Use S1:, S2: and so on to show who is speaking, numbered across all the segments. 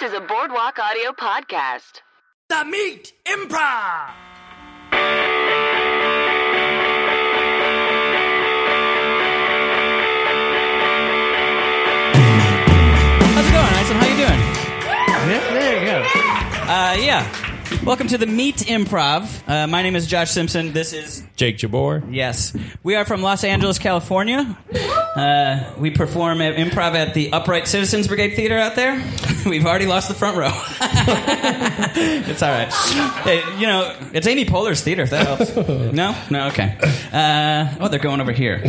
S1: to the Boardwalk Audio Podcast.
S2: The Meat Improv.
S3: How's it going, Ison? How you doing?
S4: Yeah, there you go.
S3: Uh, yeah. Welcome to the Meat Improv. Uh, my name is Josh Simpson. This is
S4: Jake Jabor.
S3: yes. We are from Los Angeles, California. Uh, we perform at improv at the Upright Citizens Brigade Theater out there. We've already lost the front row. it's all right. Hey, you know, it's Amy Poehler's theater. If that helps. No, no, okay. Uh, oh, they're going over here.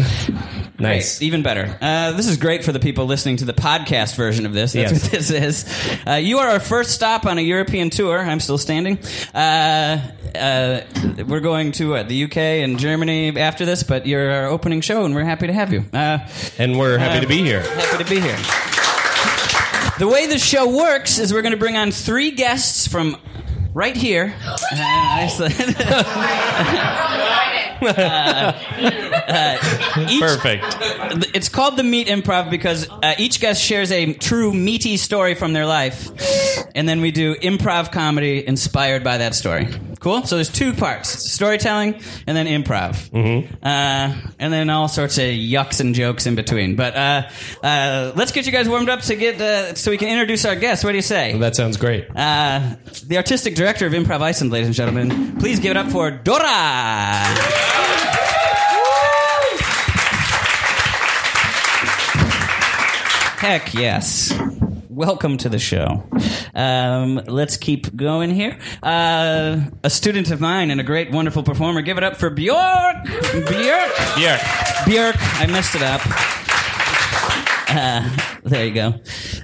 S4: Nice.
S3: Great. Even better. Uh, this is great for the people listening to the podcast version of this. That's
S4: Yes.
S3: what this is. Uh, you are our first stop on a European tour. I'm still standing. Uh, uh, we're going to uh, the UK and Germany after this, but you're our opening show, and we're happy to have you. Uh,
S4: And we're happy to be here.
S3: Happy to be here. The way the show works is we're going to bring on three guests from right here. Uh, Iceland. Uh, Each-
S4: Perfect.
S3: It's called the meat improv because uh, each guest shares a true meaty story from their life, and then we do improv comedy inspired by that story. Cool. So there's two parts: storytelling and then improv, mm-hmm. uh, and then all sorts of yucks and jokes in between. But uh, uh, let's get you guys warmed up to get uh, so we can introduce our guests. What do you say?
S4: That sounds great.
S3: Uh, the artistic director of Improv Iceland, ladies and gentlemen, please give it up for Dora. Heck yes. Welcome to the show. Um, let's keep going here. Uh, a student of mine and a great, wonderful performer. Give it up for Bjork. Bjork.
S4: yeah.
S3: Bjork. I messed it up. Uh, there you go.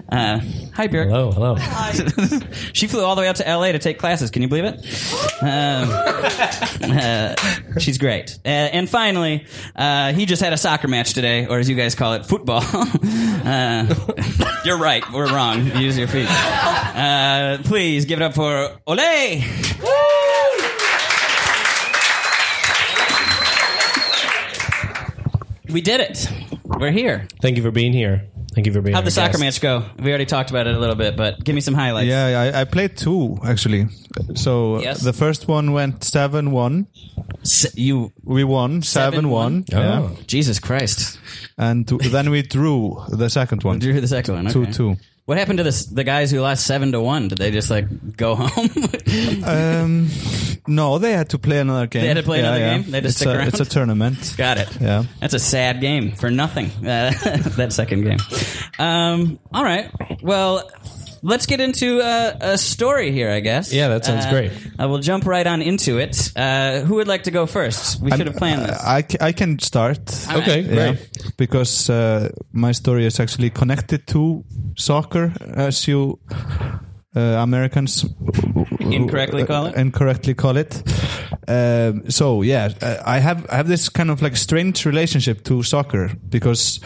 S3: Uh, hi, Bjork.
S4: Hello, hello.
S3: she flew all the way out to LA to take classes. Can you believe it? Um, uh, she's great. Uh, and finally, uh, he just had a soccer match today, or as you guys call it, football. uh, you're right. We're wrong. Use your feet. Uh, please give it up for Ole. We did it. We're here.
S4: Thank you for being here. Thank you for being
S3: How'd the
S4: our
S3: soccer
S4: guest.
S3: match go? We already talked about it a little bit, but give me some highlights.
S5: Yeah, I, I played two actually. So
S3: Yes.
S5: the first one went seven one.
S3: S- you
S5: We won seven one. Yeah.
S4: Oh.
S3: Jesus Christ.
S5: And t- then we drew the second one.
S3: Drew the second one.
S5: Two
S3: okay.
S5: two.
S3: What happened to this, the guys who lost seven to one? Did they just like go home?
S5: Um, no, they had to play another game.
S3: had to play another game? They had to
S5: it's
S3: stick
S5: a,
S3: around?
S5: It's a tournament.
S3: Got it.
S5: Yeah.
S3: That's a sad game for nothing. Uh, that second game. Um, all right. Well, let's get into uh, a story here, I guess.
S4: Yeah, that sounds
S3: Uh,
S4: great.
S3: I will jump right on into it. Uh, who would like to go first? We should have planned this.
S5: I, ca- I can start.
S3: All right.
S4: Okay,
S5: Yeah,
S4: great.
S5: because uh, my story is actually connected to soccer, as you uh, Americans
S3: Incorrectly call it?
S5: Incorrectly call it. Um, so yeah, uh, I have I have this kind of like strange relationship to soccer because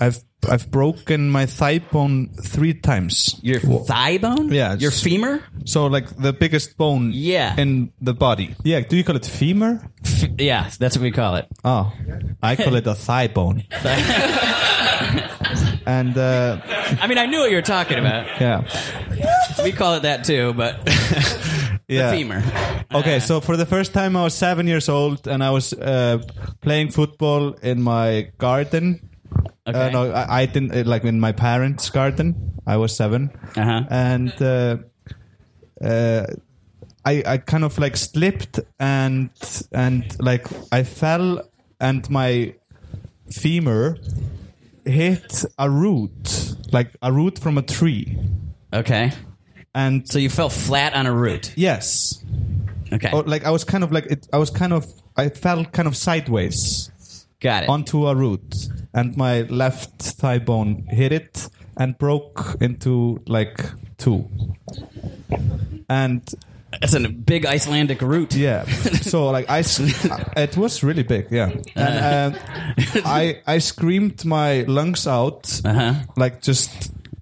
S5: I've I've broken my thigh bone three times.
S3: Your thigh bone?
S5: Yeah,
S3: Your
S5: it's-
S3: femur?
S5: So like the biggest bone
S3: Yeah.
S5: in the body. Yeah. Do you call it femur?
S3: Yeah, that's what we call it.
S5: Oh, I call it a thigh bone. and uh,
S3: I mean, I knew what you were talking about.
S5: yeah,
S3: We call it that too, but
S5: yeah.
S3: femur.
S5: Okay, so for the first time, I was seven years old, and I was uh, playing football in my garden. Uh,
S3: Okay.
S5: no, I, I didn't uh, like in my parents' garden. I was 7
S3: Uh-huh.
S5: and uh, uh, I I kind of like slipped and and like I fell and my femur hit a root, like a root from a tree,
S3: Okay.
S5: and
S3: So you fell flat on a root.
S5: yes,
S3: Okay.
S5: or, like I was kind of like it, I was kind of I fell kind of sideways.
S3: Got it.
S5: onto a root and my left thigh bone hit it and broke into like two and
S3: That's a big Icelandic root.
S5: yeah so like i s- it was really big yeah and um, i i screamed my lungs out
S3: Uh-huh.
S5: like just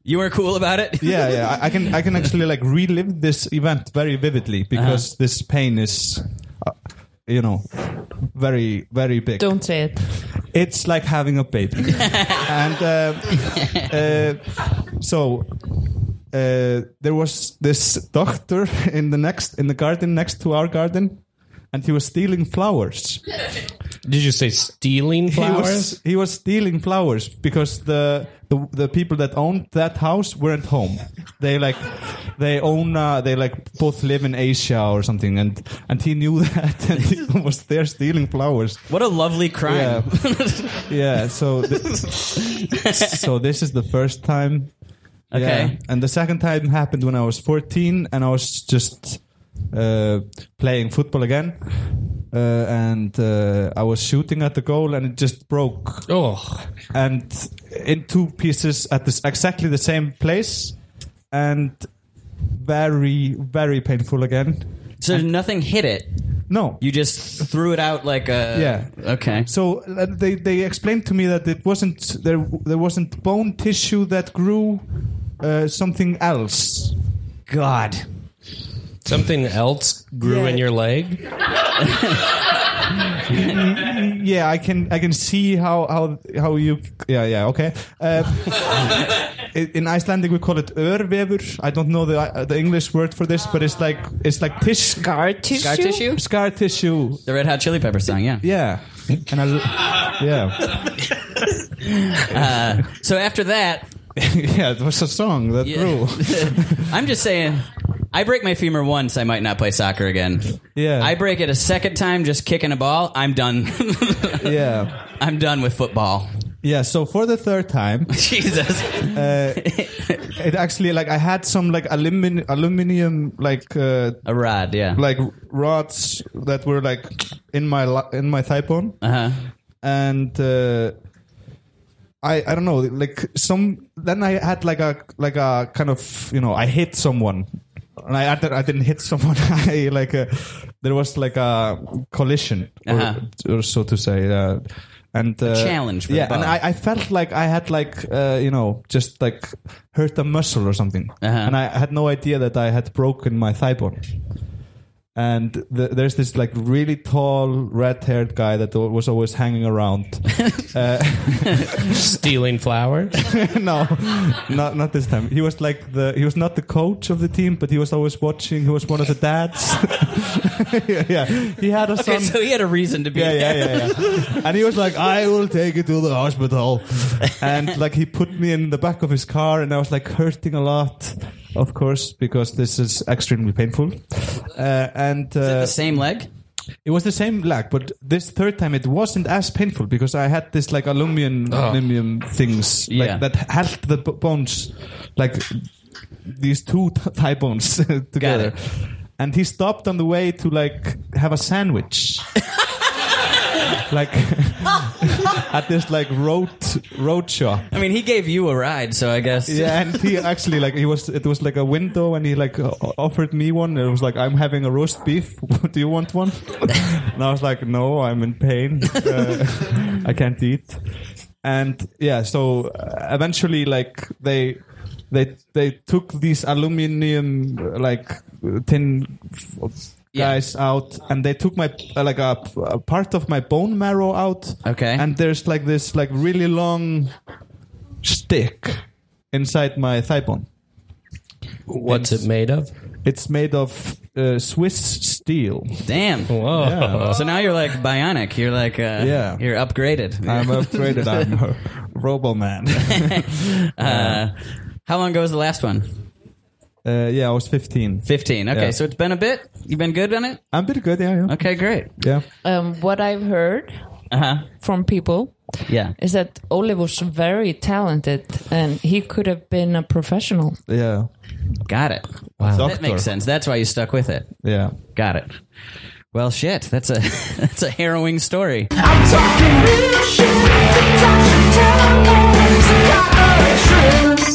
S3: You were cool about it?
S5: yeah yeah I, I can i can actually like relive this event very vividly
S6: Uh-huh.
S5: because this pain is uh, you know very very big
S6: Don't say it.
S5: it's like having a baby. and uh, uh, so uh, there was this doctor in the next in the garden next to our garden, and he was stealing flowers.
S4: Did you say stealing
S5: He
S4: flowers?
S5: was he was stealing flowers because the the, the people that owned that house weren't home. They like they own uh, they like both live in Asia or something, and and he knew that and he was there stealing flowers.
S3: What a lovely crime.
S5: Yeah, yeah. So th- so this is the first time.
S3: Okay.
S5: And the second time happened when I was 14 and I was just uh, playing football again. Uh, and uh, I was shooting at the goal and it just broke
S4: Oh,
S5: and in two pieces at this exactly the same place and very very painful again
S3: So nothing hit it.
S5: no
S3: You just threw it out like a.
S5: Yeah.
S3: Okay.
S5: so uh, they they explained to me that it wasn't there there wasn't bone tissue that grew uh, something else
S3: God.
S4: something else grew
S5: Yeah.
S4: in your leg.
S5: Mm-hmm. yeah i can i can see how how how you yeah yeah okay uh, in in icelandic we call it örvefur i don't know the uh, the english word for this but it's like it's like tissue
S6: Scar tissue.
S3: Scar tissue?
S5: scar tissue
S3: The Red Hot Chili Peppers song, yeah.
S5: Yeah. And I, yeah,
S3: So after that,
S5: yeah. It was a song that
S3: Yeah.
S5: grew.
S3: I'm just saying, I break my femur once, I might not play soccer again.
S5: Yeah.
S3: I break it a second time just kicking a ball, I'm done.
S5: yeah,
S3: I'm done with football.
S5: yeah. So for the third time, uh,
S3: Jesus.
S5: it actually like I had some like alumin aluminium like uh,
S3: A rod, yeah.
S5: like rods that were like in my li- in my thigh bone,
S3: Uh-huh.
S5: and uh, I I don't know like some. Then I had like a like a kind of you know I hit someone. And I, I didn't- I didn't hit someone. I like uh there was like a collision, or,
S3: Uh-huh.
S5: or so to say, uh, and uh,
S3: challenge for the
S5: yeah, and
S3: ball.
S5: I, I felt like I had like uh, you know just like hurt a muscle or something,
S3: Uh-huh.
S5: and I had no idea that I had broken my thigh bone and th- there's this like really tall red-haired guy that al- was always hanging around
S4: Stealing flowers.
S5: no not not this time he was like the he was not the coach of the team but he was always watching he was one of the dads yeah, yeah. he had a son
S3: Okay, so he had a reason to be
S5: yeah,
S3: there.
S5: yeah, yeah, yeah. And he was like, "I will take you to the hospital," and like he put me in the back of his car, and I was like hurting a lot, of course, because this is extremely painful. Uh, and uh,
S3: The same leg?
S5: It was the same lag, but this third time it wasn't as painful because I had this like aluminum, aluminum things like,
S3: Ah. Yeah.
S5: that held the b- bones, like these two t- thigh bones together.
S3: it.
S5: And he stopped on the way to like have a sandwich, like at this like road road shop.
S3: I mean, he gave you a ride, so I guess.
S5: Yeah, and he actually like he was it was like a window, and he like o- offered me one. And it was like I'm having a roast beef. Do you want one? and I was like, no, I'm in pain. Uh, I can't eat. And yeah, so uh, eventually, like they. They they took these aluminium uh, like uh, tin f-
S3: Yeah.
S5: guys out, and they took my uh, like a, a part of my bone marrow out.
S3: Okay.
S5: and there's like this like really long stick inside my thigh bone.
S4: What's it made of?
S5: It's made of uh, Swiss steel.
S3: Damn.
S4: Whoa.
S5: Yeah.
S3: So now you're like bionic. You're like, uh,
S5: Yeah.
S3: you're upgraded.
S5: I'm afraid that I'm a robo man.
S3: Uh, how long ago was the last one?
S5: Uh, yeah, I was 15.
S3: 15. Okay,
S5: Yeah.
S3: so it's been a bit. You've been good on it?
S5: I'm pretty good, yeah, yeah.
S3: Okay, great.
S5: Yeah.
S6: Um, what I've heard
S3: Uh-huh.
S6: from people
S3: Yeah.
S6: is that Ole was very talented and he could have been a professional.
S5: Yeah.
S3: Got it. That
S5: Doctor.
S3: makes sense. That's why you stuck with it.
S5: Yeah.
S3: Got it. Well, shit. That's a that's a harrowing story.
S7: I'm talking real shit. The doctor tells the doctor truth.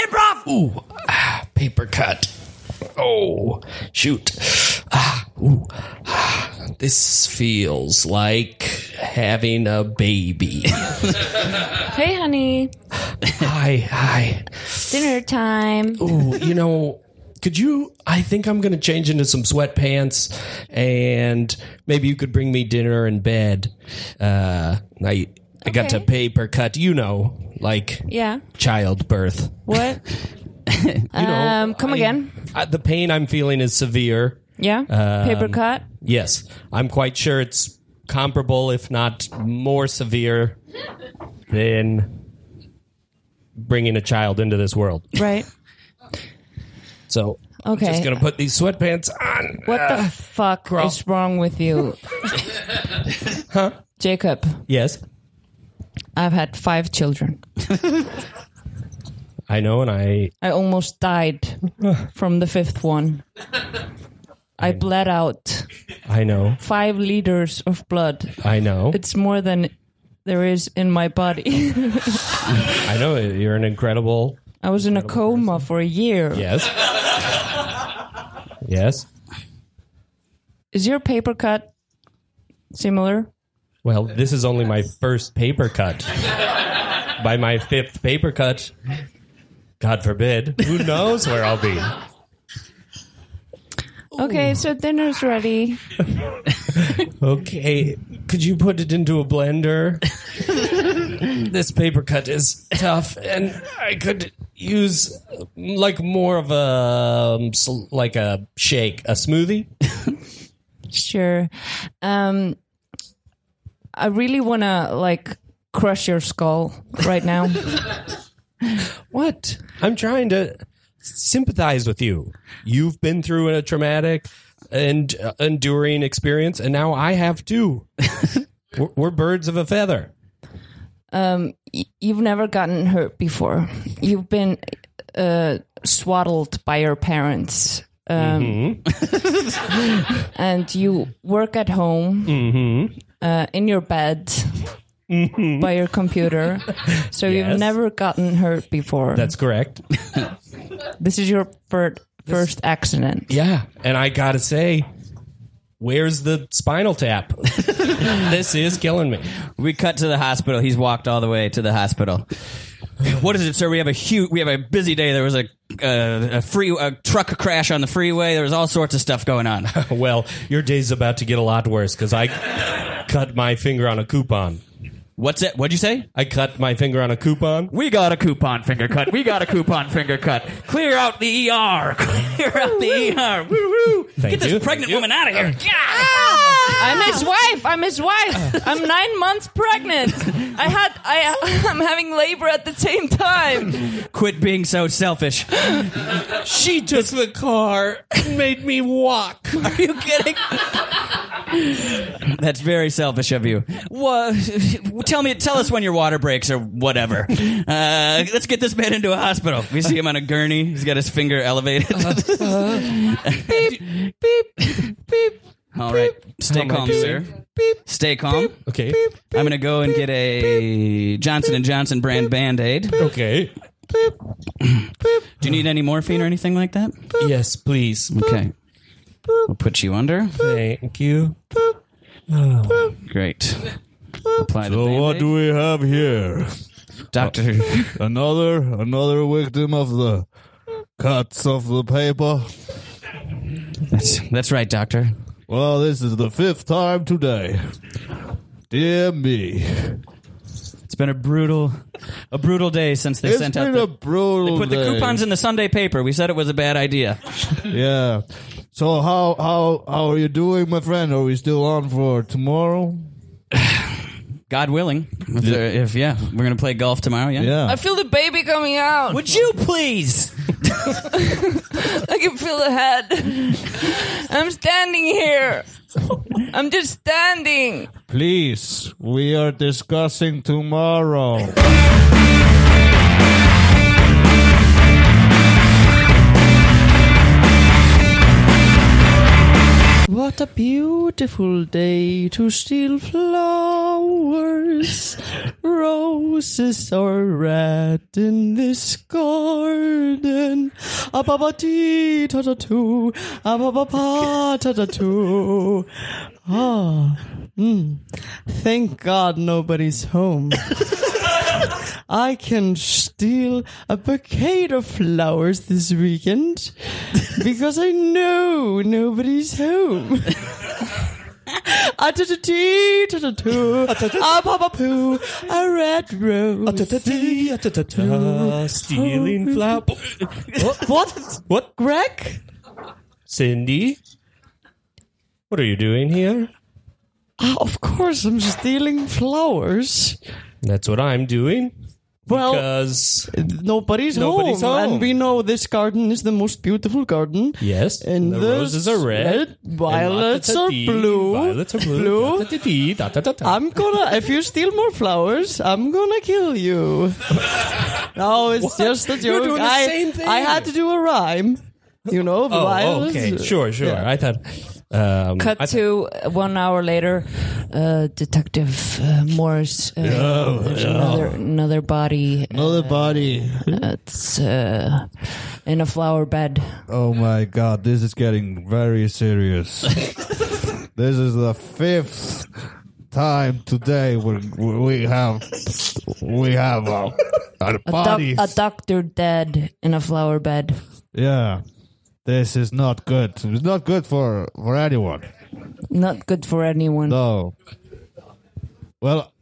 S2: Improv.
S4: Ooh, ah, paper cut. Oh, shoot. Ah, ooh. Ah, this feels like having a baby.
S6: Hey, honey,
S4: hi, hi.
S6: dinner time.
S4: Ooh, you know, could you? I think I'm going to change into some sweatpants, and maybe you could bring me dinner in bed. Uh, I I got to
S6: Okay.
S4: pay per cut. You know, like
S6: Yeah.
S4: childbirth.
S6: What?
S4: You know,
S6: Um, come
S4: I-
S6: again.
S4: I, the pain I'm feeling is severe.
S6: Yeah.
S4: Um,
S6: Paper cut.
S4: Yes, I'm quite sure it's comparable, if not more severe, than bringing a child into this world.
S6: Right.
S4: So
S6: Okay.
S4: I'm just gonna put these sweatpants on.
S6: What
S4: Ah.
S6: the fuck
S4: girl.
S6: is wrong with you? huh? Jacob,
S4: yes,
S6: I've had five children.
S4: I know, and I
S6: I almost died from the fifth one. I bled out
S4: I know,
S6: five liters of blood.
S4: I know,
S6: It's more than there is in my body.
S4: I know. You're an incredible.
S6: I was in a coma for a year.
S4: Yes. yes.
S6: Is your paper cut similar?
S4: Well, this is only my first paper cut. By my fifth paper cut, God forbid, who knows where I'll be?
S6: Okay, so dinner's ready.
S4: Okay, could you put it into a blender? this paper cut is tough, and I could use like more of a um, sl- like a shake, a smoothie.
S6: Sure. Um, I really want to like crush your skull right now.
S4: What? I'm trying to sympathize with you. You've been through a traumatic and uh, enduring experience, and now I have too. we're, we're birds of a feather.
S6: Y- You've never gotten hurt before. You've been uh, swaddled by your parents. Um,
S4: Mm-hmm.
S6: and you work at home uh, in your bed by your computer. So you've
S4: Mm-hmm. Yes.
S6: never gotten hurt before.
S4: That's correct.
S6: this is your first, first accident.
S4: Yeah, and I gotta say, where's the spinal tap? this is killing me.
S3: We cut to the hospital. He's walked all the way to the hospital. What is it, sir? We have a huge, we have a busy day. There was a uh, a free a truck crash on the freeway. There was all sorts of stuff going on.
S4: Well, your day's about to get a lot worse because I cut my finger on a coupon.
S3: What's it? What'd you say?
S4: I cut my finger on a coupon.
S3: We got a coupon finger cut. We got a coupon finger cut. Clear out the ER. Clear out the ER. Woo woo.
S4: Thank
S3: Get this
S4: you.
S3: pregnant
S4: Thank you. Uh,
S3: woman out of here.
S6: I'm his wife. I'm his wife. I'm nine months pregnant. I had. I. I'm having labor at the same time.
S3: Quit being so selfish.
S4: She took the car and made me walk.
S3: Are you kidding? That's very selfish of you. Wha tell me, tell us when your water breaks or whatever. Uh, let's get this man into a hospital. We see him on a gurney. He's got his finger elevated. beep, beep, beep. All right, stay
S4: How am I
S3: calm,
S4: doing?
S3: sir. Stay calm.
S4: Okay.
S3: I'm gonna go and get a Johnson and Johnson brand band aid. Do
S4: Okay.
S3: you need any morphine or anything like that?
S4: Yes, please.
S3: Okay. We'll put you under.
S4: Thank you.
S3: Great. Apply the
S5: So
S3: Band-Aid.
S5: what do we have here?
S3: Doctor,
S5: Another another victim of the cuts of the paper.
S3: that's, that's right, Doctor.
S5: Well, this is the fifth time today. Dear me,
S3: It's been a brutal, a brutal day since they
S5: it's
S3: sent out
S5: been
S3: the,
S5: a brutal
S3: put the
S5: day.
S3: coupons in the Sunday paper. We said it was a bad idea.
S5: Yeah. So how how how are you doing, my friend? Are we still on for tomorrow?
S3: God willing, if, yeah. if yeah, we're gonna play golf tomorrow. Yeah.
S5: Yeah.
S6: I feel the baby coming out.
S3: Would you please?
S6: I can feel the head. I'm standing here. I'm just standing.
S5: Please, we are discussing tomorrow.
S8: What a beautiful day to steal flowers. Roses are red in this garden. A ba ba dee ta ta too. A ba ba pa ta ta too. Ah. Mm. Thank God nobody's home. I can steal a bouquet of flowers this weekend because I know nobody's home. A ta ta tee, ta ta too. A papa poo, a red rose.
S4: Stealing flower.
S8: What?
S4: What?
S8: Greg?
S4: Cindy? What are you doing here?
S8: Ah, Of course, I'm stealing flowers.
S4: That's what I'm doing.
S8: Well,
S4: Because.
S8: nobody's,
S4: nobody's
S8: home,
S4: home.
S8: and we know this garden is the most beautiful garden.
S4: Yes.
S8: and
S4: the
S8: the
S4: roses are red.
S8: red, violets
S4: and la-
S8: are
S4: ta- ta-
S8: blue,
S4: Violets are
S8: blue.
S4: blue. ta- ta- ta- ta- ta- ta- ta.
S8: I'm gonna. If you steal more flowers, I'm gonna kill you. no, it's just a joke.
S4: You're doing the
S8: I,
S4: same thing.
S8: I had to do a rhyme. You know,
S4: Oh,
S8: violets.
S4: okay. Sure, sure. I thought. Um,
S6: Cut
S4: I
S6: to uh, one hour later. Uh, Detective uh, Morris. Uh, there's another another body.
S5: Another body.
S6: It's uh, in a flower bed.
S5: Oh my god, this is getting very serious. this is the fifth time today we we have we have a, a
S6: A, doc-
S5: body.
S6: a doctor dead in a flower bed.
S5: yeah, this is not good. It's not good for for anyone.
S6: Not good for anyone.
S5: No. Well,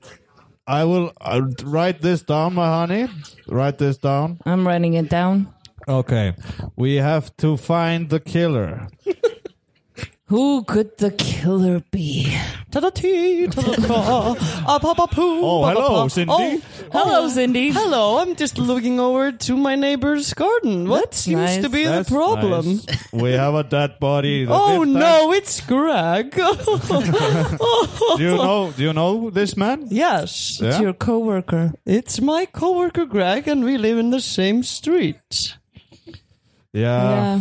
S5: I will i write this down, my honey. Write this down.
S6: I'm writing it down.
S5: Okay, we have to find the killer.
S6: Who could the killer be?
S8: Ta-da-tee, ta-da-ta, ah, pa-pa-poo,
S5: Oh,
S8: pa-pa-pa.
S5: hello, Cindy.
S8: Oh,
S6: Hello, Cindy.
S8: Hello, I'm just looking over to my neighbor's garden. What
S6: That's
S8: seems
S6: nice.
S8: to be
S5: That's
S8: the problem?
S5: nice. We have a dead body. The
S8: Oh
S5: fifth time-
S8: no, it's Greg.
S5: Do you know? Do you know this man?
S8: yes,
S5: Yeah?
S6: It's your coworker.
S8: it's my coworker Greg, and we live in the same street.
S5: Yeah, Uh.
S6: yeah.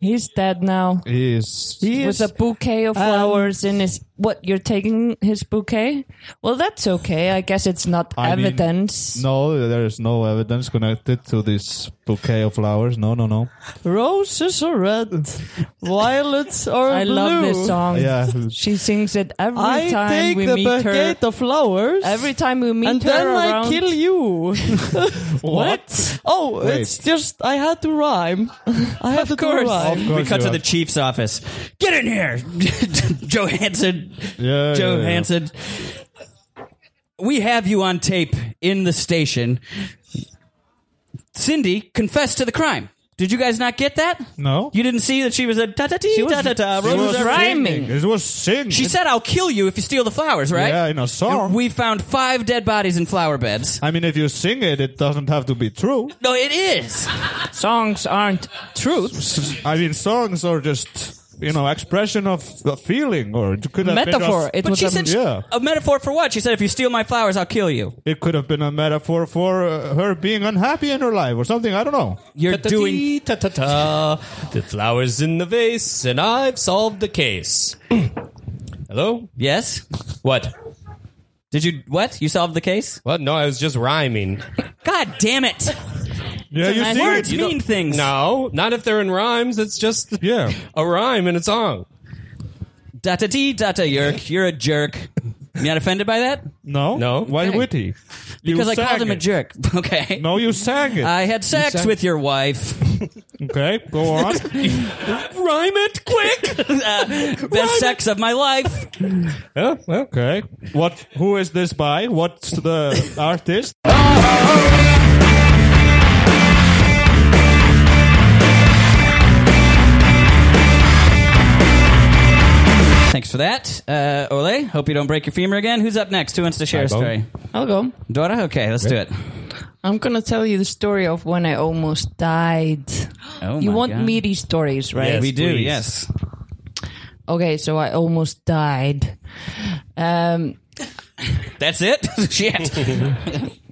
S6: He's dead now.
S5: he is.
S8: He is-
S6: With a bouquet of flowers in his. What, you're taking his bouquet? Well, that's okay. I guess it's not
S5: I mean,
S6: evidence.
S5: No, there is no evidence connected to this bouquet of flowers. No, no, no.
S8: Roses are red, violets are
S6: I
S8: blue.
S6: love this song.
S5: Yeah,
S6: She sings it every
S8: I
S6: time
S8: take
S6: we
S8: the
S6: meet her.
S8: bouquet of flowers.
S6: Every time we meet
S8: and
S6: her
S8: then
S6: around.
S8: I kill you.
S6: What?
S8: Oh,
S5: Wait.
S8: it's just I had to rhyme. I had to do
S6: course.
S8: rhyme.
S5: Of course
S3: we cut
S5: you
S3: to
S5: are.
S3: the chief's office. Get in here, Johansson.
S5: Yeah, yeah, yeah.
S3: Johansson. We have you on tape in the station. Cindy confessed to the crime. Did you guys not get that?
S5: No.
S3: You didn't see that she was a ta ta ti
S6: was-
S3: ta ta ta.
S6: she
S3: roses
S6: was
S3: are red.
S6: rhyming.
S5: It was singing.
S3: She said, "I'll kill you if you steal the flowers." Right?
S5: Yeah, in a song.
S3: And we found five dead bodies in flower beds.
S5: I mean, if you sing it, it doesn't have to be true.
S3: No, it is.
S6: Songs aren't truth.
S5: S- I mean, songs are just you know expression of a feeling, or it could have
S6: Metaphor.
S5: Been just,
S6: It
S3: But
S6: was
S3: she
S6: a
S3: said
S5: Yeah.
S3: a metaphor for what? She said, "If you steal my flowers, I'll kill you."
S5: it could have been a metaphor for uh, her being unhappy in her life or something. I don't know.
S3: You're doing.
S4: ta ta ta. The flowers in the vase, and I've solved the case. Hello?
S3: Yes.
S4: What?
S3: Did you what? You solved the case?
S4: What? No, I was just rhyming.
S3: God damn it!
S5: Yeah, you
S6: nice
S5: sing
S6: word.
S5: it.
S3: Words
S4: you don't-
S3: mean things.
S4: No, not if they're in rhymes. It's just
S5: Yeah.
S4: a rhyme in a song.
S3: Da da dee da da yerk. You're a jerk. You not offended by that?
S5: No.
S4: No.
S5: Why
S4: Okay.
S5: would he? You
S3: Because I
S5: sang
S3: called him a
S5: it.
S3: jerk. Okay.
S5: No, you sang it.
S3: I had sex
S4: said-
S3: with your wife.
S5: okay, go on.
S4: Rhyme it quick.
S3: Best sex of my life.
S4: yeah, well,
S5: okay. What? Who is this by? What's the artist?
S3: Thanks for that, uh, Ole. Hope you don't break your femur again. Who's up next? Who wants to share a
S4: Bob.
S3: story?
S6: I'll go.
S3: Dora. Okay, let's do it.
S6: I'm gonna tell you the story of when I almost died.
S3: Oh,
S6: you
S3: my
S6: want
S3: God.
S6: meaty stories, right?
S4: Yes,
S3: We do.
S4: please.
S3: Yes.
S6: Okay, so I almost died. Um,
S3: That's it. Shit.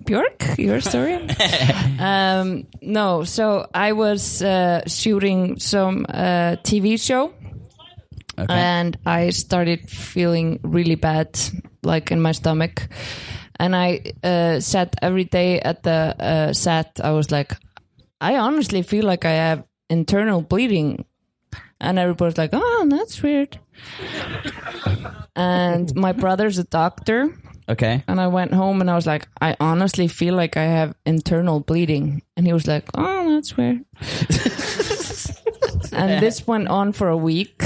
S6: Bjork, your story? um, no, so I was uh, shooting some uh, TV show. and I started feeling really bad, like in my stomach. And I uh, sat every day at the uh, set. I was like, I honestly feel like I have internal bleeding. And everybody's like, oh, that's weird. and my brother's a doctor.
S3: okay.
S6: And I went home and I was like, I honestly feel like I have internal bleeding. And he was like, Oh, that's weird. and this went on for a week.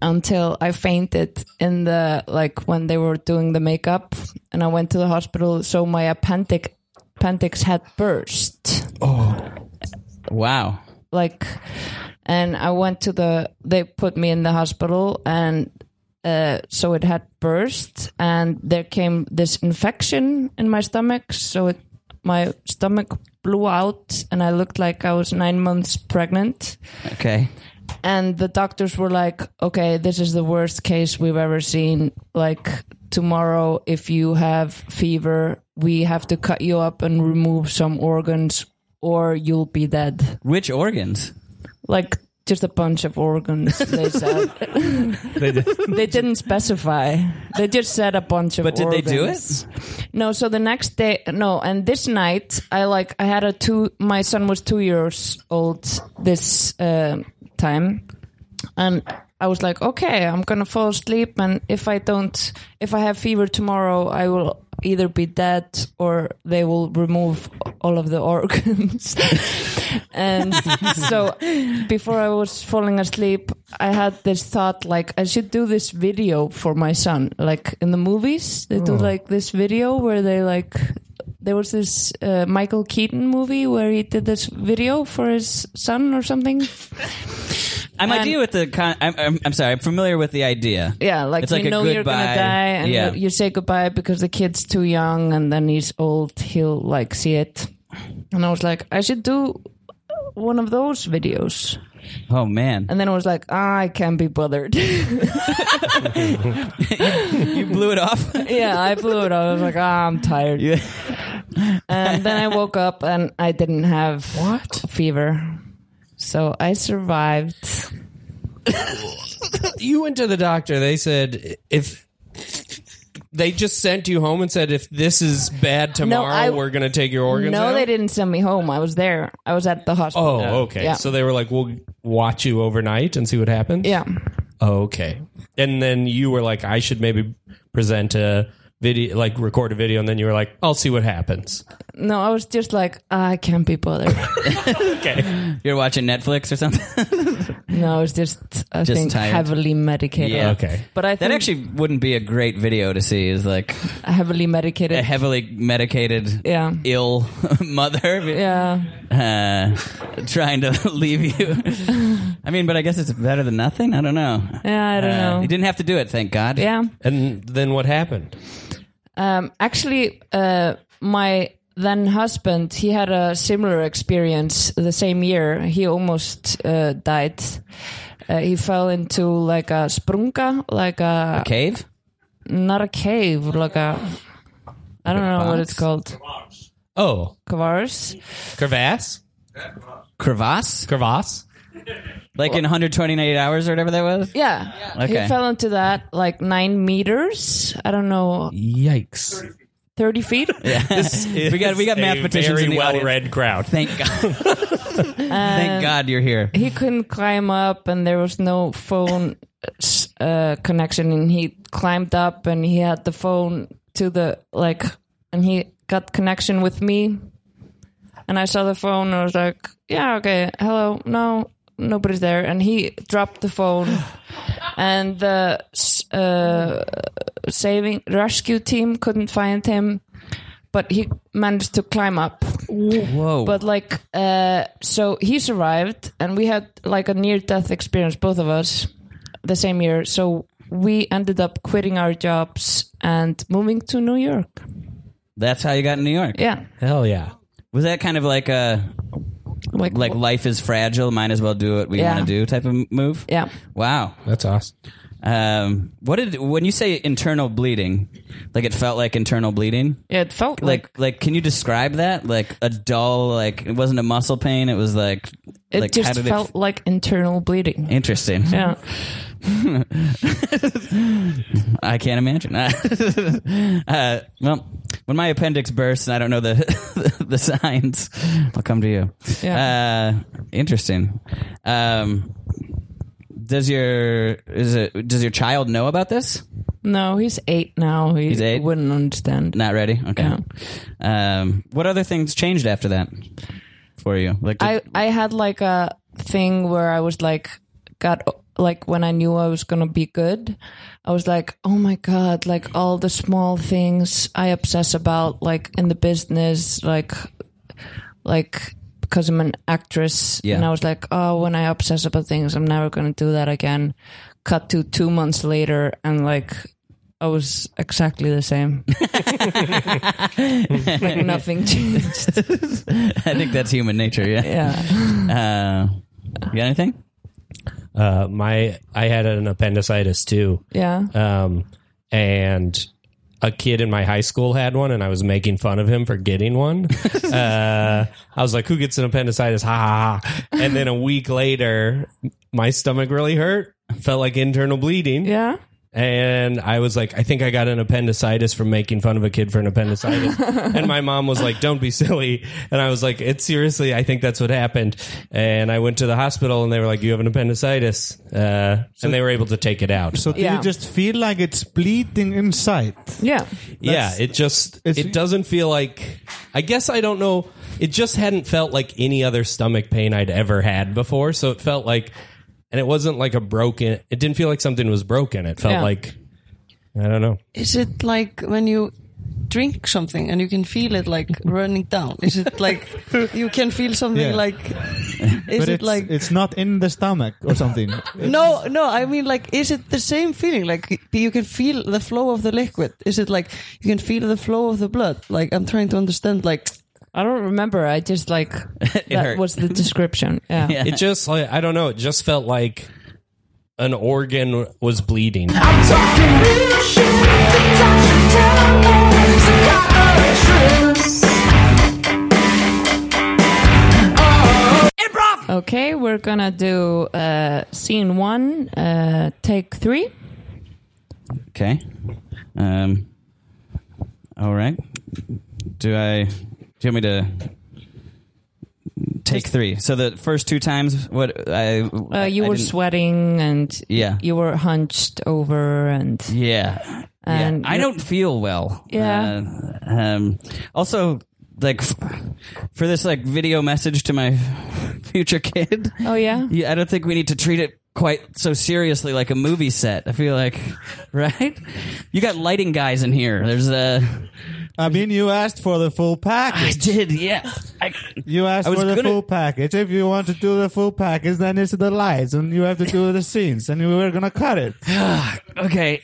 S6: until I fainted in the like when they were doing the makeup, and I went to the hospital. So my appendix appendix had burst.
S3: Wow.
S6: like and i went to the they put me in the hospital and uh, so it had burst and there came this infection in my stomach so it my stomach blew out and i looked like i was nine months pregnant
S3: Okay.
S6: and the doctors were like okay this is the worst case we've ever seen like tomorrow if you have fever we have to cut you up and remove some organs or you'll be dead
S3: Which organs?
S6: like just a bunch of organs they said they didn't specify they just said a bunch of
S3: But did they do
S6: organs. no so the next day no and this night i like i had a two my son was two years old this uh, time and i was like okay i'm gonna fall asleep and if i don't if i have fever tomorrow i will either be dead or they will remove all of the organs and so before I was falling asleep, I had this thought like I should do this video for my son. Like in the movies, they do like this video where they like there was this uh, Michael Keaton movie where he did this video for his son or something.
S3: I'm
S6: And-
S3: idea with the con- I'm, I'm, I'm sorry. I'm familiar with the idea.
S6: Yeah, like
S3: It's
S6: you
S3: like a
S6: know you're
S3: goodbye.
S6: gonna die, and
S3: Yeah.
S6: you, you say goodbye because the kid's too young, and then he's old. He'll like see it. And I was like, I should do one of those videos.
S3: Oh man,
S6: And then I was like, ah, I can't be bothered.
S3: you blew it off.
S6: yeah, I blew it. I was like, ah, I'm tired.
S3: Yeah.
S6: and then I woke up and I didn't have
S4: What?
S6: fever. So I survived.
S4: You went to the doctor. They said if they just sent you home and said if this is bad tomorrow,
S6: I-
S4: we're going to take your organs.
S6: no,
S4: out?
S6: they didn't send me home. I was there. I was at the hospital.
S4: Oh, okay.
S6: Yeah.
S4: So they were like, "We'll watch you overnight and see what happens."
S6: Yeah.
S4: Oh, Okay. And then you were like, "I should maybe present a video, like record a video," and then you were like, "I'll see what happens."
S6: No, I was just like, ah, I can't be bothered.
S4: Okay.
S3: You're watching Netflix or something.
S6: no, I was just, I
S3: Just
S6: think,
S3: tired.
S6: heavily medicated.
S3: Yeah.
S4: Okay.
S6: But I think
S3: That actually wouldn't be a great video to see. Is like
S6: heavily
S3: a
S6: medicated.
S3: heavily medicated,
S6: Yeah.
S3: ill mother
S6: yeah.
S3: uh, trying to leave you. I mean, but I guess it's better than nothing. I don't know.
S6: Yeah, I don't
S3: Uh,
S6: know.
S3: You didn't have to do it, thank God.
S6: Yeah.
S4: And then what happened?
S6: Um, actually, uh, my then husband, he had a similar experience the same year. He almost uh, died. Uh, he fell into like a sprunga, like a
S3: Cave.
S6: not a cave, like a I don't know what
S3: box?
S6: it's called,
S4: Oh,
S6: kvarz.
S4: crevasse,
S3: Crevasse?
S4: crevasse.
S3: Like in 128 hours or whatever that was?
S6: Yeah,
S3: Okay.
S6: he fell into that like nine meters. I don't know,
S4: Yikes!
S6: thirty feet.
S3: we got we got mathematicians in
S4: Very
S3: the audience.
S4: well-read crowd.
S3: Thank God.
S6: Um,
S3: thank God you're here.
S6: he couldn't climb up and there was no phone uh, connection and he climbed up and he had the phone to the like and he got connection with me and i saw the phone and i was like yeah okay hello no nobody's there and he dropped the phone and the s- uh, saving rescue team couldn't find him but he managed to climb up
S3: Whoa.
S6: but like uh so he survived and we had like a near death experience both of us the same year so we ended up quitting our jobs and moving to new york
S3: That's how you got in New York.
S6: yeah
S4: Hell yeah!
S3: Was that kind of like a
S6: like,
S3: like life is fragile, might as well do what we
S6: Yeah.
S3: want to do type of move?
S6: yeah
S3: Wow.
S4: That's awesome.
S3: Um, what did when you say internal bleeding, like it felt like internal bleeding?
S6: yeah it felt like,
S3: Like like can you describe that? Like a dull like it wasn't a muscle pain, it was like
S6: it
S3: like how
S6: just
S3: did it
S6: felt
S3: f-
S6: like internal bleeding
S3: interesting.
S6: yeah
S3: I can't imagine. uh, well, when my appendix bursts and I don't know the the signs, I'll come to you. Uh, interesting. Um, does your is it does your child know about this?
S6: no he's eight now he
S3: He's eight?
S6: wouldn't understand
S3: Not ready. Okay. Um, what other things changed after that for you? Like did-
S6: I I had like a thing where I was like got like when I knew I was gonna be good, I was like, oh my god, like all the small things I obsess about, like in the business, like like because I'm an actress,
S3: Yeah.
S6: and I was like, oh, when I obsess about things, I'm never gonna do that again. Cut to two months later, and like. I was exactly the same. like nothing changed.
S3: I think that's human nature. Yeah.
S6: Yeah.
S3: Uh, you got anything?
S4: Uh, my I had an appendicitis too.
S6: Yeah.
S4: um, and a kid in my high school had one, and I was making fun of him for getting one. uh, I was like, "Who gets an appendicitis?" Ha ha ha! And then a week later, my stomach really hurt, felt like internal bleeding,
S6: Yeah.
S4: and I was like, "I think I got an appendicitis from making fun of a kid for an appendicitis." and my mom was like, "Don't be silly," and I was like, "It's seriously, I think that's what happened." And I went to the hospital, and they were like, "You have an appendicitis," uh, and they were able to take it out.
S5: So do
S6: Yeah.
S5: you just feel like it's bleeding inside?
S6: Yeah.
S4: yeah it just
S5: it's-
S4: it doesn't feel like i guess i don't know it just hadn't felt like any other stomach pain i'd ever had before so it felt like and it wasn't like a broken it didn't feel like something was broken it felt
S6: Yeah.
S4: like i don't know
S9: Is it like when you drink something and you can feel it like running down? Is it like you can feel something
S5: Yeah.
S9: like? Is
S5: but
S9: it
S5: it's,
S9: like
S5: it's not in the stomach or something.
S9: No, no. I mean, like, is it the same feeling? Like, you can feel the flow of the liquid. Is it like you can feel the flow of the blood? Like, I'm trying to understand. Like,
S6: I don't remember. I just like that
S3: hurt.
S6: was the description. Yeah.
S4: it just like i don't know it just felt like an organ was bleeding
S7: I'm talking real shit. The doctor tell me it's a goddamn truth.
S2: Improv!
S6: Okay, we're gonna do uh, scene one, uh, take three.
S3: Okay. Um, all right. Do I? Do you want me to take three? So the first two times, what I
S6: Uh, you were sweating and
S3: Yeah.
S6: you were hunched over and
S3: Yeah.
S6: And
S3: yeah. I
S6: you-
S3: don't feel well.
S6: Yeah.
S3: Uh, um, also, like f- for this like video message to my future kid.
S6: oh yeah,
S3: Yeah, I don't think we need to treat it quite so seriously like a movie set. I feel like, right? You got lighting guys in here. There's a.
S5: I mean, you asked for the full
S3: I
S5: package.
S3: did, yeah. I,
S5: You asked
S3: I was
S5: for the
S3: gonna-
S5: full package. If you want to do the full package, then it's the lights, and you have to do the scenes, and we were gonna cut it.
S3: okay.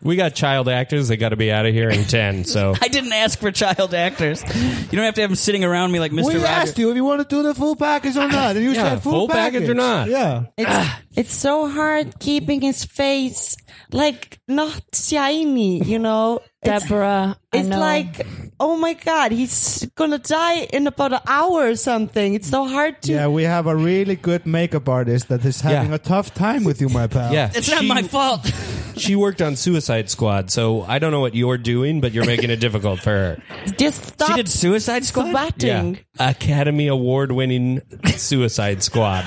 S4: we got child actors they got to be out of here in 10 so
S3: I didn't ask for child actors. You don't have to have them sitting around me like Mr.
S5: we
S3: Rogers.
S5: asked you if you want to do the full package or not, and you
S4: Yeah,
S5: said full,
S4: full package or not.
S5: Yeah,
S9: it's it's so hard keeping his face like not shiny. You know, It's-
S6: Deborah. I
S9: It's
S6: know.
S9: like, oh my god, he's gonna die in about an hour or something. It's so hard to.
S5: yeah. We have a really good makeup artist that is having
S4: Yeah.
S5: a tough time with you, my pal.
S4: yeah
S3: it's not
S4: she-
S3: my fault.
S4: she worked on suicide squad so i don't know what you're doing but you're making it difficult for her
S9: Just stop.
S3: She did Suicide Squad.
S9: Squatting.
S4: Academy Award winning Suicide Squad.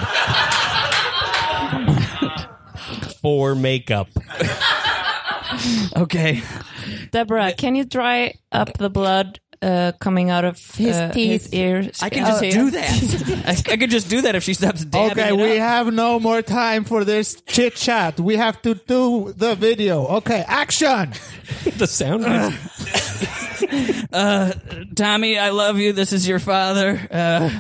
S4: For makeup.
S3: Okay.
S6: Deborah. Can you dry up the blood uh, coming out of
S9: His
S6: uh,
S9: teeth.
S6: his ears? Oh,
S3: I can just do that. I, I could just do that if she stops dabbing.
S5: Okay,
S3: it
S5: we
S3: up.
S5: have no more time for this chit chat. We have to do the video. Okay, action.
S4: The sound.
S3: Tommy, I love you. This is your father. Uh,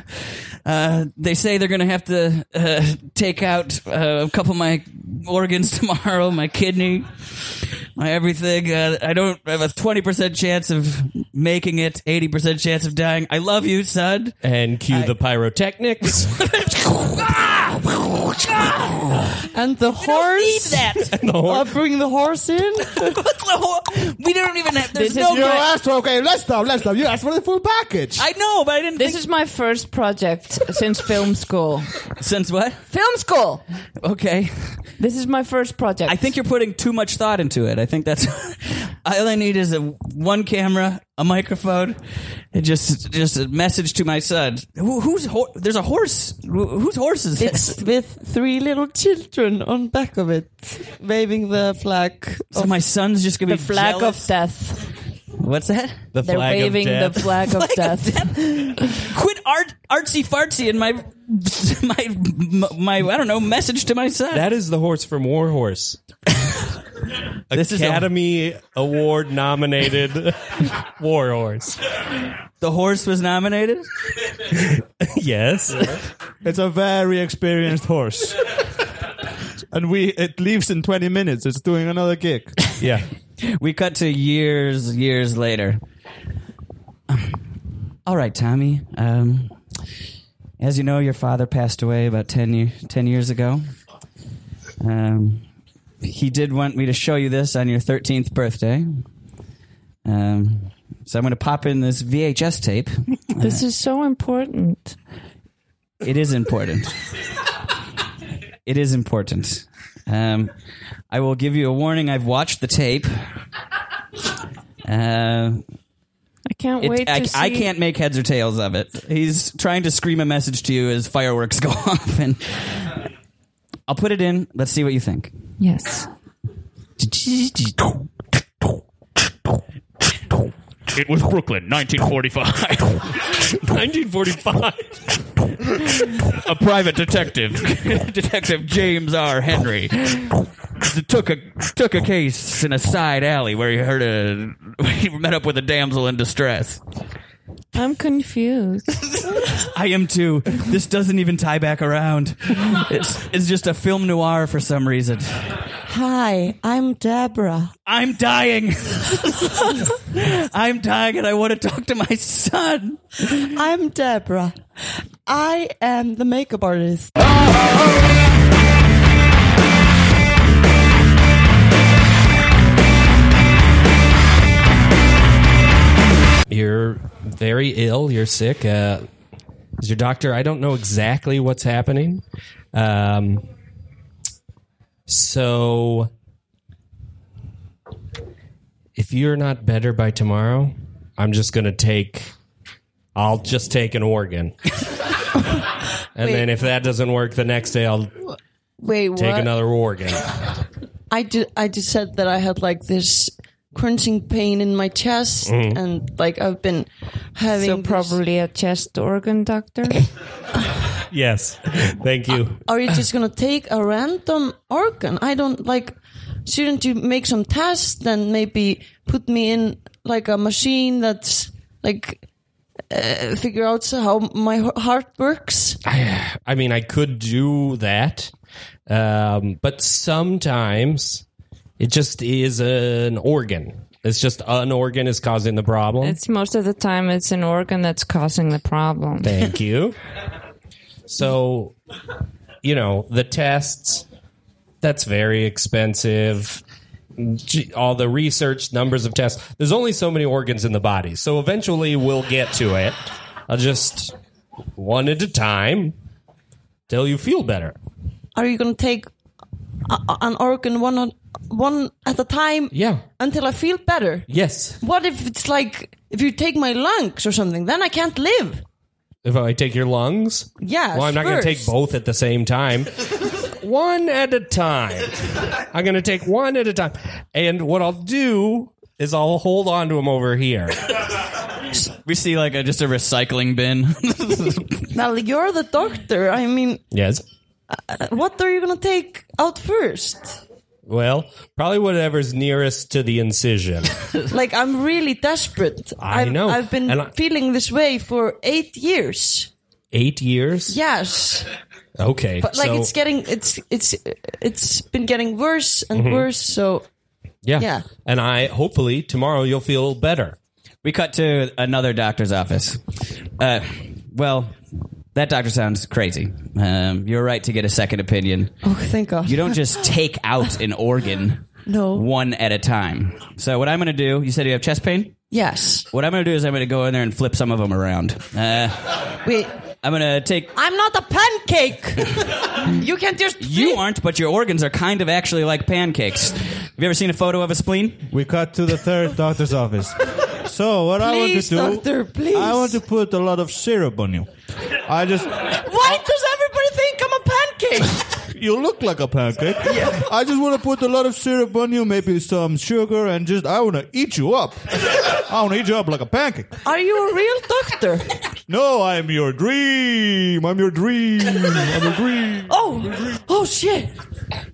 S3: uh, they say they're going to have to uh, take out uh, a couple of my organs tomorrow, my kidney, my everything. Uh, I don't I have a 20% chance of making it, 80% chance of dying. I love you, son.
S4: and cue the pyrotechnics.
S9: And the horse.
S4: and the
S9: I'll
S4: horn.
S9: bring the horse in.
S3: What's the whole? We don't even have. There's
S6: This is
S3: no.
S5: You
S3: gra-
S5: asked for okay. Let's stop. Let's stop. You asked for the full package.
S3: I know, but I didn't.
S6: This
S3: think-
S6: is my first project since film school.
S3: since what?
S6: Film school.
S3: Okay.
S6: This is my first project.
S3: I think you're putting too much thought into it. I think that's all I need is a one camera, a microphone, and just just a message to my son. Who, who's ho- there's a horse? Who, whose horse is this?
S9: It's with three little children on back of it, waving the flag.
S3: so my son's just gonna
S6: the
S3: be
S6: flag
S3: jealous?
S6: of death.
S3: What's that?
S4: The
S6: They're
S4: flag
S6: waving
S4: of death.
S6: the flag of death.
S3: Quit art artsy fartsy in my my my I don't know message to my son.
S4: That is the horse from War Horse.
S3: This is a-
S4: Academy Award nominated War Horse.
S3: the horse was nominated.
S4: Yes.
S5: It's a very experienced horse. and we it leaves in 20 minutes. It's doing another gig.
S4: Yeah.
S3: We cut to years years later. All right, Tommy. Um, as you know, your father passed away about 10, year, 10 years ago. Um, he did want me to show you this on your 13th birthday. Um, so I'm going to pop in this VHS tape.
S6: this is so important.
S3: It is important. it is important. Um, I will give you a warning. I've watched the tape. Uh,
S6: I can't
S3: it-
S6: wait
S3: I,
S6: to see.
S3: I can't make heads or tails of it. He's trying to scream a message to you as fireworks go off, and I'll put it in. Let's see what you think.
S6: Yes.
S10: It was Brooklyn, 1945.
S4: 1945.
S10: a private detective, Detective James R. Henry, took a took a case in a side alley where he heard a he met up with a damsel in distress.
S6: I'm confused.
S3: I am too. This doesn't even tie back around. It's it's just a film noir for some reason.
S9: Hi, I'm Deborah.
S3: I'm dying. I'm dying and I want to talk to my son.
S9: I'm Deborah. I am the makeup artist.
S4: You're very ill. You're sick. Uh, is your doctor? I don't know exactly what's happening. Um, so, if you're not better by tomorrow, I'm just going to take. I'll just take an organ. and then if that doesn't work the next day, I'll
S9: Wait, what?
S4: take another organ.
S9: I ju- I just said that I had like this crunching pain in my chest,
S4: Mm-hmm.
S9: and like I've been having.
S6: So
S9: this-
S6: probably a chest organ doctor.
S4: yes. Thank you.
S9: Are you just gonna take a random organ? I don't like. Shouldn't you make some tests and maybe put me in like a machine that's like uh, figure out how my h- heart works?
S4: I mean, I could do that, um, but sometimes it just is an organ. It's just an organ is causing the problem.
S6: It's most of the time it's an organ that's causing the problem.
S4: Thank you. So, you know, the tests, that's very expensive. G- All the research, numbers of tests. There's only so many organs in the body. So eventually we'll get to it. I'll just one at a time till you feel better.
S9: Are you gonna take a- a- an organ one on, one at a time?
S4: Yeah.
S9: Until I feel better.
S4: Yes.
S9: What if it's like if you take my lungs or something? Then I can't live.
S4: If I take your lungs?
S9: Yes,
S4: Well, I'm not going to take
S9: first.
S4: both at the same time. one at a time. I'm going to take one at a time. And what I'll do is I'll hold on to them over here.
S3: We see like a, just a recycling bin.
S9: Well, you're the doctor. I mean,
S4: yes.
S9: what are you gonna take out first?
S4: Well, probably whatever's nearest to the incision.
S9: Like, I'm really desperate.
S4: I
S9: have
S4: know,
S9: I've been
S4: and I-
S9: feeling this way for eight years.
S4: Eight years?
S9: Yes,
S4: Okay.
S9: but like
S4: so-
S9: it's getting it's it's it's been getting worse and
S4: Mm-hmm.
S9: worse. So
S4: yeah.
S9: yeah.
S4: And I hopefully tomorrow you'll feel better.
S3: we cut to another doctor's office. Uh, well, that doctor sounds crazy. Um, you're right to get a second opinion.
S9: oh, thank God.
S3: You don't just take out an organ
S9: No.
S3: one at a time. So what I'm going to do, you said you have chest pain?
S9: Yes.
S3: What I'm going to do is I'm going to go in there and flip some of them around. Uh,
S9: Wait.
S3: I'm going to take
S9: I'm not a pancake. you can't just.
S3: You
S9: flip.
S3: aren't, but your organs are kind of actually like pancakes. Have you ever seen a photo of a spleen?
S5: We cut to the third doctor's office. So what I want to
S9: Please,
S5: do,
S9: doctor, please.
S5: I want to put a lot of syrup on you. I just
S9: Why does everybody think I'm a pancake?
S5: you look like a pancake. I just want to put a lot of syrup on you, maybe some sugar, and just I want to eat you up. I want to eat you up like a pancake.
S9: Are you a real doctor?
S5: No, I'm your dream. I'm your dream. I'm your dream.
S9: Oh, oh shit,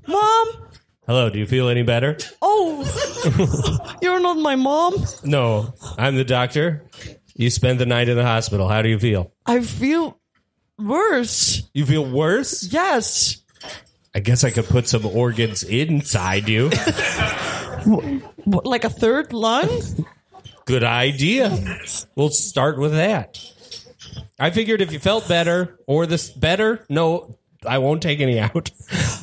S9: mom.
S4: Hello, do you feel any better?
S9: Oh, you're not my mom.
S4: No, I'm the doctor. You spent the night in the hospital. How do you feel?
S9: I feel worse.
S4: You feel worse?
S9: Yes.
S4: I guess I could put some organs inside you.
S9: What, like a third lung?
S4: Good idea. We'll start with that. I figured if you felt better or this better, no, I won't take any out.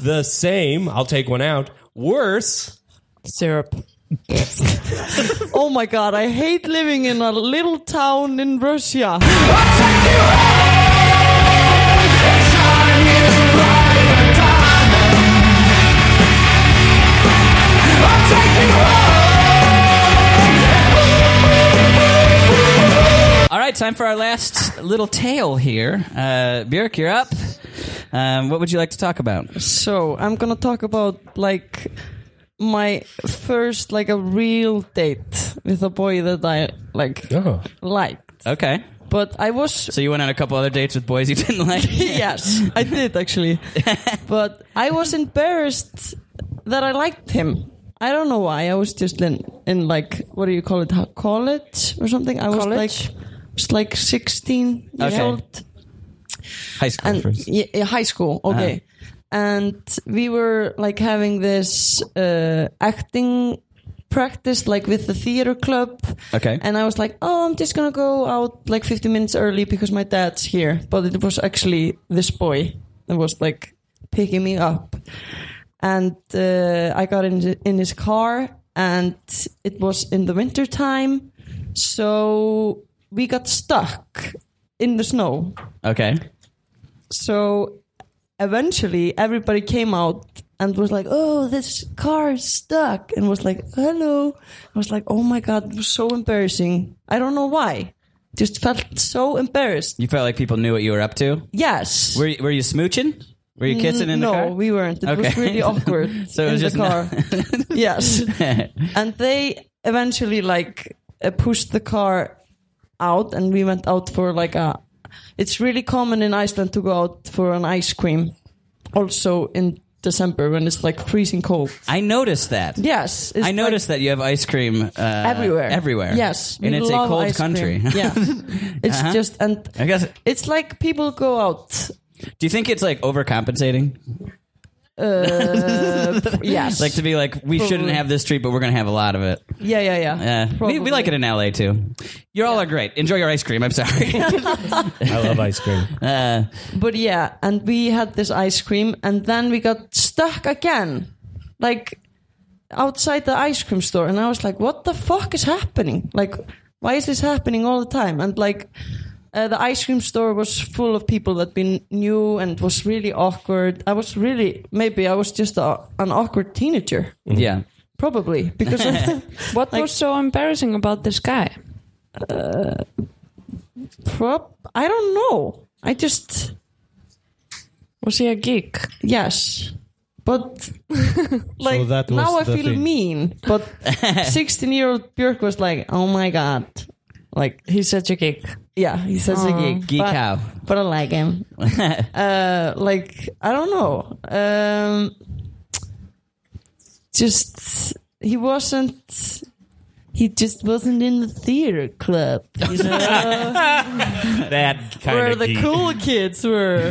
S4: The same, I'll take one out. Worse,
S6: Syrup.
S9: oh my god, I hate living in a little town in Russia.
S3: All right, time for our last little tale here. Uh, Bjork, you're up. Um, what would you like to talk about?
S9: So, I'm gonna talk about like my first like a real date with a boy that I like
S4: oh.
S9: liked.
S3: Okay.
S9: But I was
S3: So you went on a couple other dates with boys you didn't like?
S9: yes, I did actually. but I was embarrassed that I liked him. I don't know why. I was just in, in like what do you call it? Ho- College or something. I was
S6: College?
S9: like was like sixteen years
S3: Okay.
S9: old.
S3: High school
S9: and
S3: first.
S9: yeah, yeah, high school. Okay, and we were like having this uh, acting practice, like with the theater club.
S3: Okay.
S9: and I was like, oh, I'm just gonna go out like 15 minutes early because my dad's here. But it was actually this boy that was like picking me up, and uh, I got in in his car, and it was in the winter time, so we got stuck in the snow
S3: Okay.
S9: so eventually everybody came out and was like, "Oh, this car is stuck," and was like, "Hello." I was like, "Oh my god, it was so embarrassing. I don't know why. Just felt so embarrassed."
S3: You felt like people knew what you were up to?
S9: Yes.
S3: Were you, were you smooching? Were you kissing in the
S9: no,
S3: car?
S9: we weren't. It was
S3: Okay.
S9: really awkward.
S3: So it
S9: in
S3: was
S9: the
S3: just
S9: car. yes, and they eventually like uh, pushed the car out, and we went out for like a. It's really common in Iceland to go out for an ice cream, also in December when it's like freezing cold.
S3: I noticed that.
S9: Yes, it's
S3: I noticed that you have ice cream uh,
S9: like everywhere.
S3: Everywhere.
S9: Yes,
S3: And
S9: we
S3: it's a
S9: love
S3: cold
S9: ice cream.
S3: country. Uh-huh.
S9: Yeah, it's just and
S3: I guess.
S9: it's like people go out.
S3: Do you think it's like overcompensating?
S9: Uh, yes,
S3: Like to be like, we shouldn't
S9: Probably.
S3: have this treat, but we're going to have a lot of it.
S9: yeah, yeah, yeah.
S3: Yeah. We, we like it in LA too. You all are great. Enjoy your ice cream. I'm sorry.
S4: I love ice cream.
S3: uh,
S9: But yeah, and we had this ice cream, and then we got stuck again, like outside the ice cream store. And I was like, "What the fuck is happening? Like, why is this happening all the time?" And like, uh, the ice cream store was full of people that we knew, and it was really awkward. I was really maybe I was just a, an awkward teenager,
S3: yeah.
S9: probably because of,
S6: What was so embarrassing about this guy?
S9: prob- I don't know. I just
S6: Was he a geek?
S9: Yes. But like
S5: that was
S9: now I
S5: the
S9: feel
S5: thing.
S9: mean. But sixteen year old Björk was like, Oh my god. Like
S6: He's such a geek.
S9: yeah, he says a geek.
S3: Geek
S9: but,
S3: how.
S9: But I like him. uh like I don't know. Um just he wasn't he just wasn't in the theater club, you know,
S4: That kind
S9: where
S4: of
S9: the cool kids were.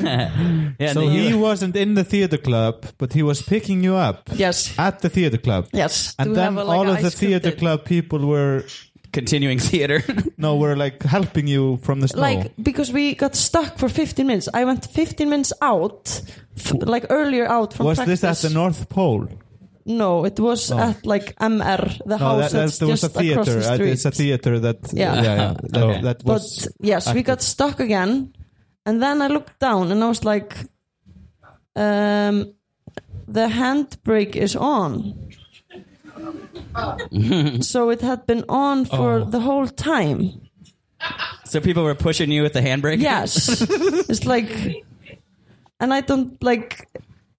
S3: Yeah.
S5: So
S3: and he-
S5: he wasn't in the theater club, but he was picking you up
S9: Yes,
S5: at the theater club.
S9: yes.
S5: And
S9: To
S5: then
S9: have a, like,
S5: all of the
S9: ice cream
S5: theater
S9: date.
S5: club people were
S3: continuing theater.
S5: no were like helping you from the snow.
S9: like because we got stuck for 15 minutes i went 15 minutes out f- like earlier out from
S5: was
S9: practice.
S5: this at the North Pole?
S9: no it was at like mr
S5: No,
S9: the
S5: that,
S9: house
S5: that,
S9: that's
S5: there was
S9: just
S5: a
S9: across
S5: theater.
S9: the
S5: Uh,
S9: street
S5: It's a theater that
S9: Yeah.
S5: yeah, yeah, that,
S4: Okay.
S5: that
S9: but
S5: was
S9: yes we
S5: active.
S9: got stuck again and then i looked down and i was like um the handbrake is on so it had been on for
S5: Oh.
S9: the whole time
S3: so people were pushing you with the handbrake.
S9: Yes. it's like, and I don't like,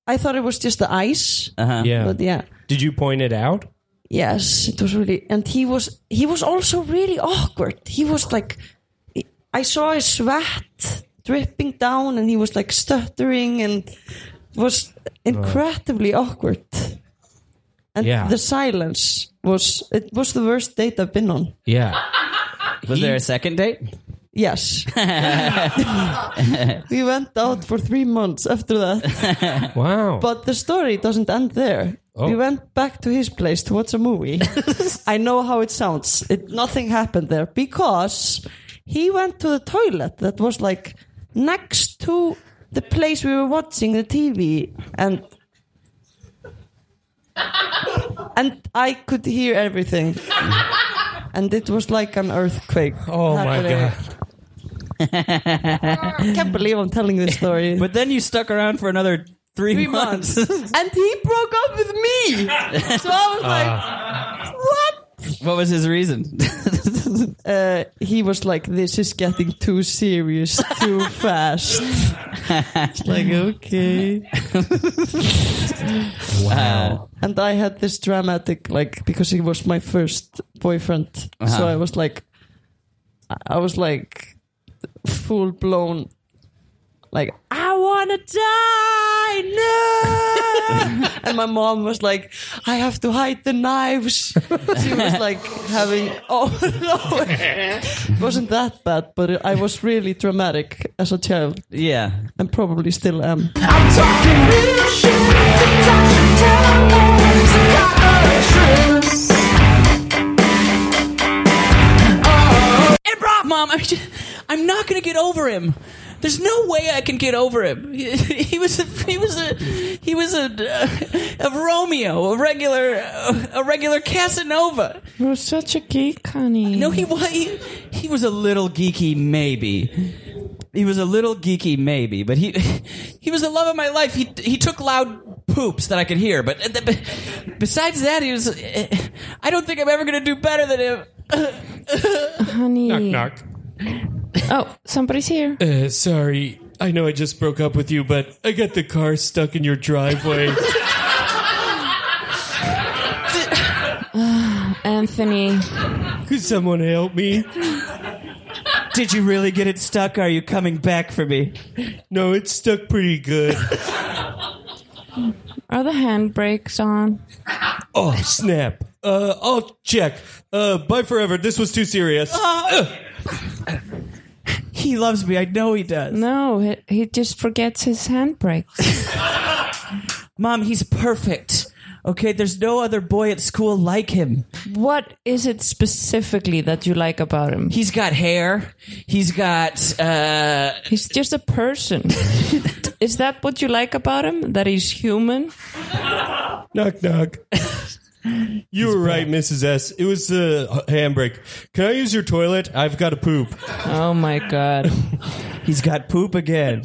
S9: I thought it was just the ice.
S3: Uh-huh.
S4: Yeah.
S9: But yeah.
S4: Did you point it out?
S9: Yes, it was really, and he was he was also really awkward. He was like, I saw his sweat dripping down, and he was like stuttering, and it was incredibly awkward. And
S4: Yeah.
S9: the silence was it was the worst date I've been on.
S4: Yeah.
S3: Was there a second date?
S9: Yes, we went out for three months after that,
S4: Wow.
S9: but the story doesn't end there.
S4: Oh.
S9: We went back to his place to watch a movie. I know how it sounds. It, nothing happened there because he went to the toilet that was like next to the place we were watching the TV, and and I could hear everything, and it was like an earthquake.
S4: oh my
S9: happening.
S4: god.
S9: I can't believe I'm telling this story.
S3: But then you stuck around for another three,
S9: three months. and he broke up with me. So I was like,
S3: what was his reason?
S9: what? Uh, he was like, this is getting too serious too fast. It's like, okay.
S3: Wow.
S9: And I had this dramatic, like, because he was my first boyfriend.
S3: Uh-huh.
S9: So I was like, I was like, full blown. Like I wanna die, no! and my mom was like, "I have to hide the knives." She was like having, oh no, it wasn't that bad, but I was really dramatic as a child,
S3: yeah.
S9: and probably still am.
S7: I'm talking real shit. Think I should tell them all it's a goddamn truth.
S3: Improv, mom. I'm, just, I'm not gonna get over him. There's no way I can get over him. He, he was a, he was a he was a, a Romeo, a regular a regular Casanova.
S6: You're such a geek, honey.
S3: No, he was he, he was a little geeky, maybe. He was a little geeky, maybe, but he he was the love of my life. He he took loud poops that I could hear, but but besides that, he was. eh, I don't think I'm ever gonna do better than him.
S6: honey.
S4: Knock knock.
S6: Oh, somebody's here.
S4: Uh, sorry. I know I just broke up with you, but I got the car stuck in your driveway.
S6: Anthony.
S4: Could someone help me?
S3: Did you really get it stuck? Are you coming back for me?
S4: No, it's stuck pretty good.
S6: Are the handbrakes on?
S4: Oh, snap. Uh, I'll check. Uh, bye forever. This was too serious.
S3: He loves me. I know he does.
S6: No, he, he just forgets his handbrakes.
S3: Mom, he's perfect. Okay, there's no other boy at school like him.
S6: what is it specifically that you like about him?
S3: He's got hair. He's got uh
S6: He's just a person. is that what you like about him? That he's human?
S4: Knock, knock. You were right, Mrs. S. It was the h- handbrake. Can I use your toilet? I've got to poop.
S6: Oh my god.
S3: he's got poop again.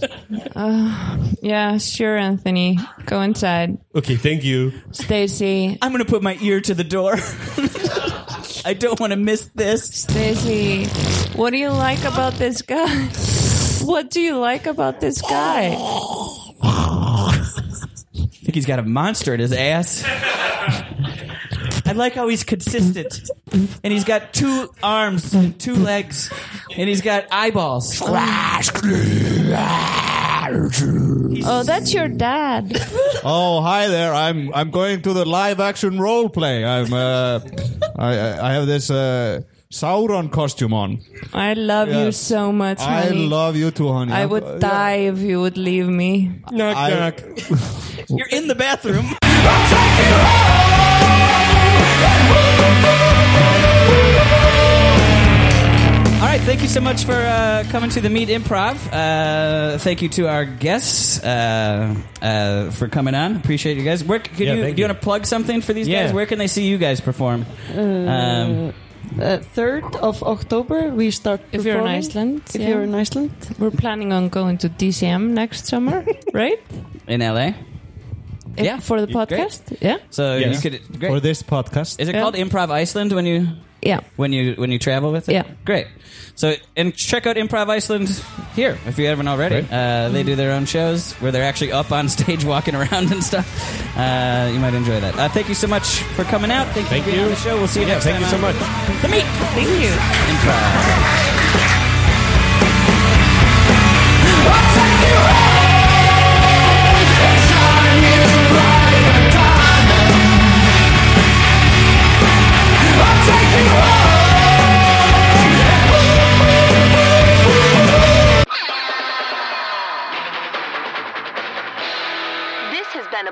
S6: Yeah, sure, Anthony. Go inside.
S4: Okay, thank you.
S6: Stacy.
S3: I'm going to put my ear to the door. I don't want to miss this.
S6: Stacy. What do you like about this guy? What do you like about this guy?
S3: I think he's got a monster in his ass. I like how he's consistent. And he's got two arms and two legs and he's got eyeballs.
S6: Oh, that's your dad.
S5: Oh, hi there. I'm I'm going to the live action role play. I'm uh, I I- I have this uh, Sauron costume on.
S6: I love you
S5: Yes.
S6: so much,
S5: I
S6: honey.
S5: love you too, honey.
S6: I
S5: I'm-
S6: would
S5: yeah.
S6: die if you would leave me.
S4: Knock,
S5: I-
S4: knock.
S3: You're in the bathroom. All right, thank you so much for uh, coming to the Meet Improv. Uh, thank you to our guests uh, uh, for coming on. Appreciate you guys. Where, c- could
S4: Yeah,
S3: you, do
S4: thank
S3: you
S4: you.
S3: want to plug something for these
S4: Yeah.
S3: guys? Where can they see you guys perform? Um,
S9: Uh, 3rd of October, we start
S6: If you're in
S9: performing.
S6: Iceland,
S9: If
S6: yeah.
S9: you're in Iceland,
S6: we're planning on going to DCM next summer, right?
S3: in LA.
S6: If-
S3: Yeah.
S6: For the
S3: You- great.
S6: podcast? Yeah.
S3: So
S4: Yes.
S3: you could. Great.
S5: for this podcast.
S3: Is it
S6: Yeah.
S3: called Improv Iceland when you.
S6: Yeah.
S3: when you when you travel with it.
S6: Yeah.
S3: great. So and check out Improv Iceland here if you haven't already. Uh, they do their own shows where they're actually up on stage walking around and stuff. Uh, you might enjoy that. Uh, thank you so much for coming out. Thank you
S4: Thank
S3: for being on
S4: you.
S3: the show. We'll see you
S4: Yeah,
S3: next
S4: thank you so
S3: time.
S4: much.
S3: The meat. Thank you. Improv.
S1: This has been a